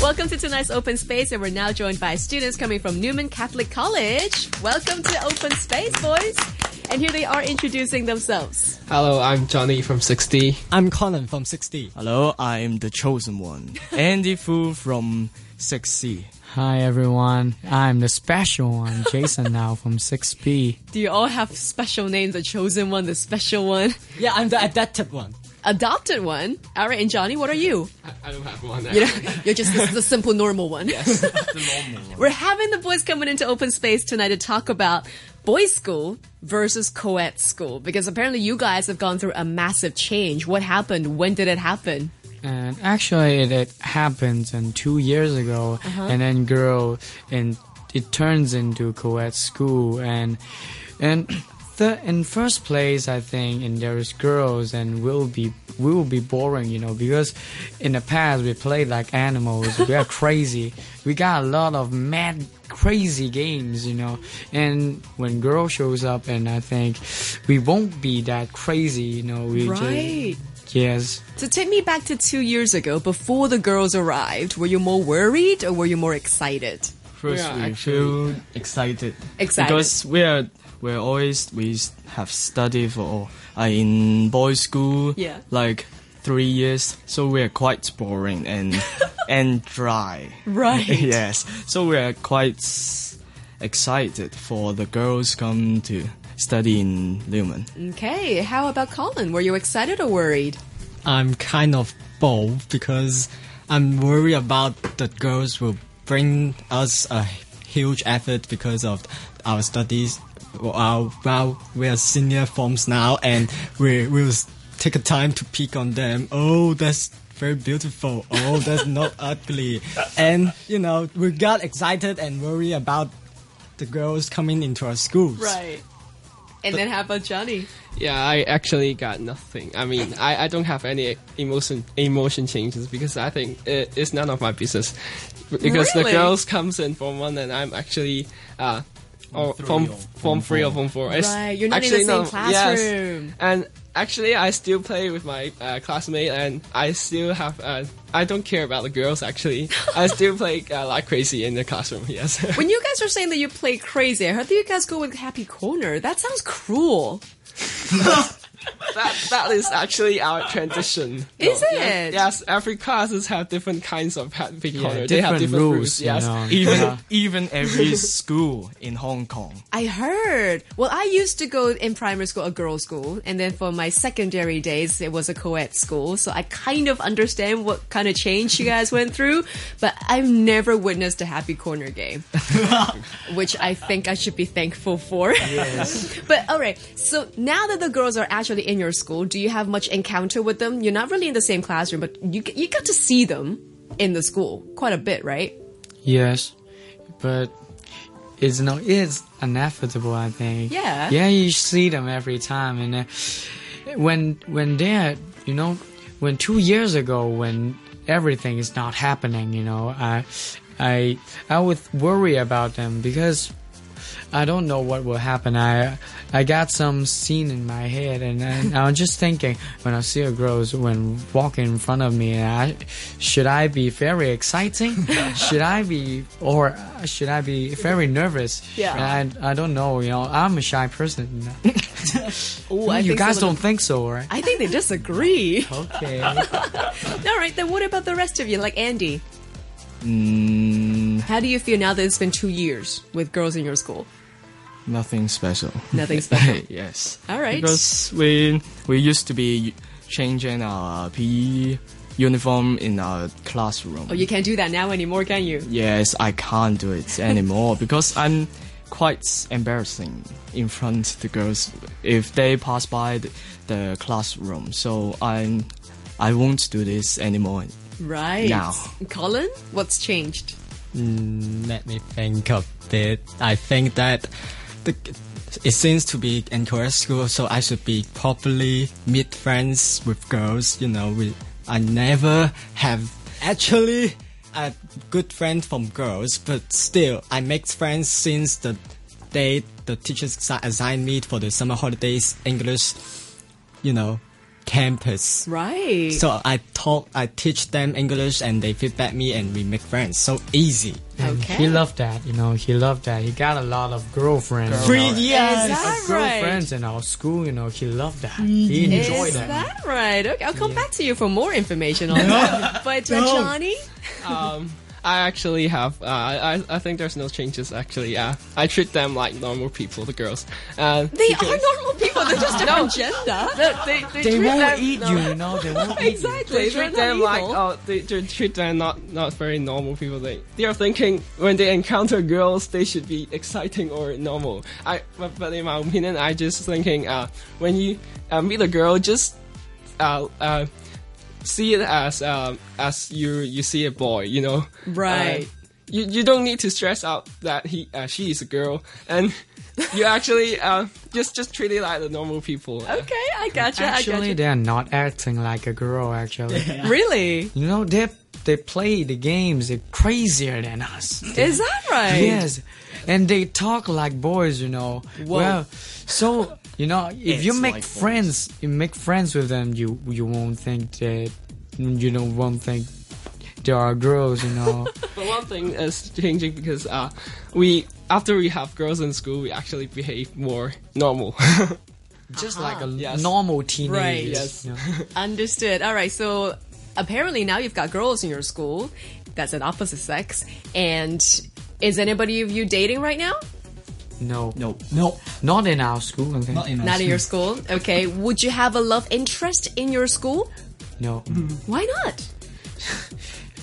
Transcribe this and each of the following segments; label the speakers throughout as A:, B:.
A: Welcome to tonight's open space, and we're now joined by students coming from Newman Catholic College. Welcome to Open Space, boys. And here they are introducing themselves.
B: Hello, I'm Johnny from 60.
C: I'm Colin from 6D.
D: Hello, I'm the chosen one, Andy Fu from 6C.
E: Hi everyone, I'm the special one, Jason now from 6B.
A: Do you all have special names? The chosen one, the special one,
C: Yeah, I'm the adapted one.
A: adopted one. All right, and Johnny, what are you?
B: I, I don't have one.
A: You know, you're just the, the simple normal one. We're having the boys coming into open space tonight to talk about boys' school versus co-ed school because apparently you guys have gone through a massive change. What happened? When did it happen?
E: And actually, it, it happened and two years ago, and then girl, and it turns into co-ed school, and and the in first place, I think, and there is girls, and will be will be boring, you know, because in the past we played like animals, we are crazy, we got a lot of mad crazy games, you know, and when girl shows up, and I think we won't be that crazy, you know, we
A: Right.
E: just yes.
A: So take me back to two years ago, before the girls arrived. Were you more worried or were you more excited?
D: First,
B: Yeah,
D: we
B: actually-
D: feel excited.
A: Excited.
D: Because we are, we're always, we s- have studied for, uh, in boys' school,
A: Yeah.
D: like three years, so we are quite boring and, and dry.
A: Right.
D: yes. So we are quite s- excited for the girls come to study in Lumen.
A: Mm. Okay. How about Colin? Were you excited or worried?
C: I'm kind of bold because I'm worried about the girls will bring us a huge effort because of our studies. While while we are senior forms now, and we will take a time to peek on them. Oh, that's very beautiful. Oh, that's not ugly. And you know, we got excited and worried about the girls coming into our schools.
A: And then how about Johnny?
B: Yeah, I actually got nothing. I mean, I, I don't have any emotion emotion changes because I think it, it's none of my business. Because
A: Really?
B: the girls comes in form one and I'm actually uh, or form form three or form four. It's
A: Right, you're not in the
B: actually
A: same
B: none of- yes.
A: classroom.
B: And actually, I still play with my uh, classmate and I still have. Uh, I don't care about the girls actually. I still play uh, like crazy in the classroom. Yes.
A: When you guys were saying that you play crazy, I heard that you guys go with Happy Corner. That sounds cruel.
B: that that is actually our transition.
A: Is
B: No,
A: it?
B: Yes, yes, every classes have different kinds of happy corner.
E: Yeah,
B: they have
E: different
B: different
E: rules,
B: rules.
E: you
B: Yes.
E: know.
D: Even,
E: Yeah.
D: even every school in Hong Kong.
A: I heard. Well, I used to go in primary school, a girls' school, and then for my secondary days, it was a co-ed school. So I kind of understand what kind of change you guys went through, but I've never witnessed a happy corner game, which I think I should be thankful for. but all right, so now that the girls are actually in your school, do you have much encounter with them? You're not really in the same classroom, but you you got to see them in the school quite a bit, right?
E: Yes, but it's not. It's inevitable, I think.
A: Yeah.
E: Yeah, you see them every time, and uh, when when they're you know when two years ago when everything is not happening, you know, I I I would worry about them because. I don't know what will happen. I I got some scene in my head, and, and I was just thinking when I see a girl when walking in front of me, and I, should I be very exciting? should I be or should I be very nervous?
A: Yeah.
E: And I I don't know. You know, I'm a shy person.
A: Oh,
E: you guys don't think so, right?
A: I think they disagree.
E: Okay.
A: All right, then what about the rest of you, like Andy?
B: Mm.
A: How do you feel now that it's been two years with girls in your school?
D: Nothing special.
A: Nothing special.
D: yes.
A: All right.
D: Because we we used to be changing our PE uniform in our classroom.
A: oh, you can't do that now anymore, can you?
D: yes, I can't do it anymore because I'm quite embarrassing in front of the girls if they pass by the, the classroom. So I'm I won't do this anymore.
A: Right.
D: No.
A: Colin, what's changed?
C: Let me think of it. I think that the, it seems to be in Korea school, so I should be properly meet friends with girls. You know, we, I never have actually a good friend from girls, but still I make friends since the day the teachers assi- assigned me for the summer holidays English. You know, campus.
A: Right.
C: So I talk, I teach them English, and they feedback me, and we make friends. So easy.
E: And
A: Okay.
E: He loved that, you know. He loved that. He got a lot of girlfriends. you
C: Three
E: know.
A: Is
C: years.
A: that right? Mm-hmm.
E: Girlfriends in our school, you know. He loved that. He enjoyed
A: Is
E: that.
A: that right? Okay, I'll come back to you for more information on that. But uh, Johnny,
B: Um, I actually have. Uh, I I think there's no changes actually. Yeah, I treat them like normal people, the girls. Uh,
A: they are normal people. They're just different gender.
B: they they,
E: They
B: treat
E: won't
B: them,
E: eat
B: no,
E: you, you know. They won't eat you.
A: Exactly.
B: They
A: They're
B: treat
A: not
B: them like
A: evil.
B: oh they, they treat them not not very normal people. They they are thinking when they encounter girls they should be exciting or normal. I but, but in my opinion I just thinking uh when you uh, meet a girl just uh uh see it as um as you you see a boy you know
A: Right.
B: Uh, you you don't need to stress out that he uh, she is a girl and you actually uh just just treat it like the normal people.
A: Okay, I gotcha.
E: Actually,
A: I
E: they're not acting like a girl. Actually,
A: gotcha. Really?
E: you know, they they play the games. They're crazier than us.
A: Is that right?
E: Yes, and they talk like boys, you know. Well, so you know, if you
D: It's
E: make
D: like boys.
E: friends, you make friends with them, you you won't think that you don't won't think there are girls, you know.
B: But one thing is changing because uh, we after we have girls in school, we actually behave more normal.
E: Just like a
B: Yes.
E: normal teenager.
A: Right.
B: Yes.
A: Understood. All right. So apparently now you've got girls in your school. That's an opposite sex. And is anybody of you dating right now?
E: No.
D: No.
E: No. Not in our school. I think.
C: Not in our
A: Not in
C: school.
A: your school. Okay. Would you have a love interest in your school?
E: no.
C: Mm-hmm.
A: Why not?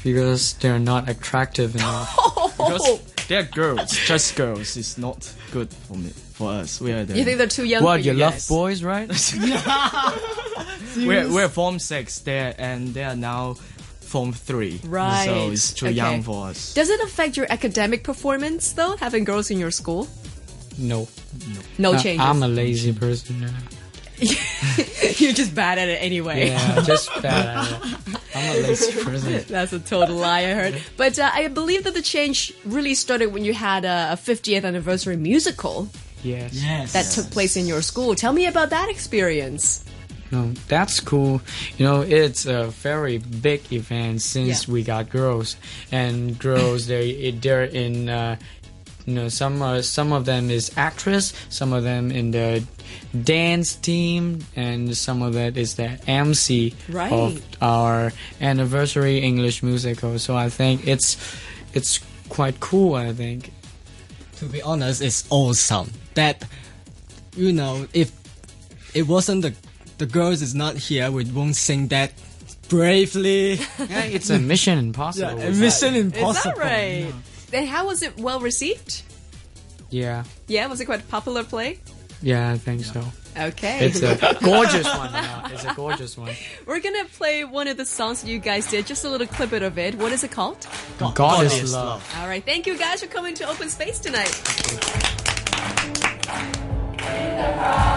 E: Because they're not attractive enough.
A: Oh,
D: They're girls, just girls. It's not good for me, for us. We are the.
A: you think they're too young
E: what
A: for
E: you
A: you
E: love
A: guys?
E: boys, right?
D: we're, we're form six there, and they are now form three.
A: Right.
D: So it's too
A: Okay.
D: young for us.
A: Does it affect your academic performance though, having girls in your school?
E: no.
A: No
E: I-
A: changes.
E: Uh, I'm a lazy person. you know.
A: You're just bad at it anyway.
E: Yeah, just bad. at it. I'm a lazy person.
A: That's a total lie, I heard. But uh, I believe that the change really started when you had a, a 50th anniversary musical
E: Yes.
C: Yes.
A: that took place in your school. Tell me about that experience.
E: No, that's cool. You know, it's a very big event since
A: Yeah.
E: we got girls, and girls they it- they're in. Uh, you know, some are, some of them is actress, some of them in the dance team, and some of that is the MC
A: Right.
E: of our anniversary English musical. So I think it's it's quite cool. I think
C: To be honest, it's awesome that you know if it wasn't the the girls is not here, we won't sing that bravely.
E: yeah, it's a Mission Impossible. wasn't it?
C: Mission Impossible.
A: Is that right? Then how was it well received?
E: Yeah,
A: Yeah, was it quite a popular play?
E: yeah, I think so.
A: Okay.
E: It's a gorgeous one. you know, It's a gorgeous one.
A: We're gonna play one of the songs that you guys did, just a little clip bit of it. What is it called?
E: God,
C: God
E: is
C: is
E: love.
A: All right, thank you guys for coming to Open Space tonight.
F: In the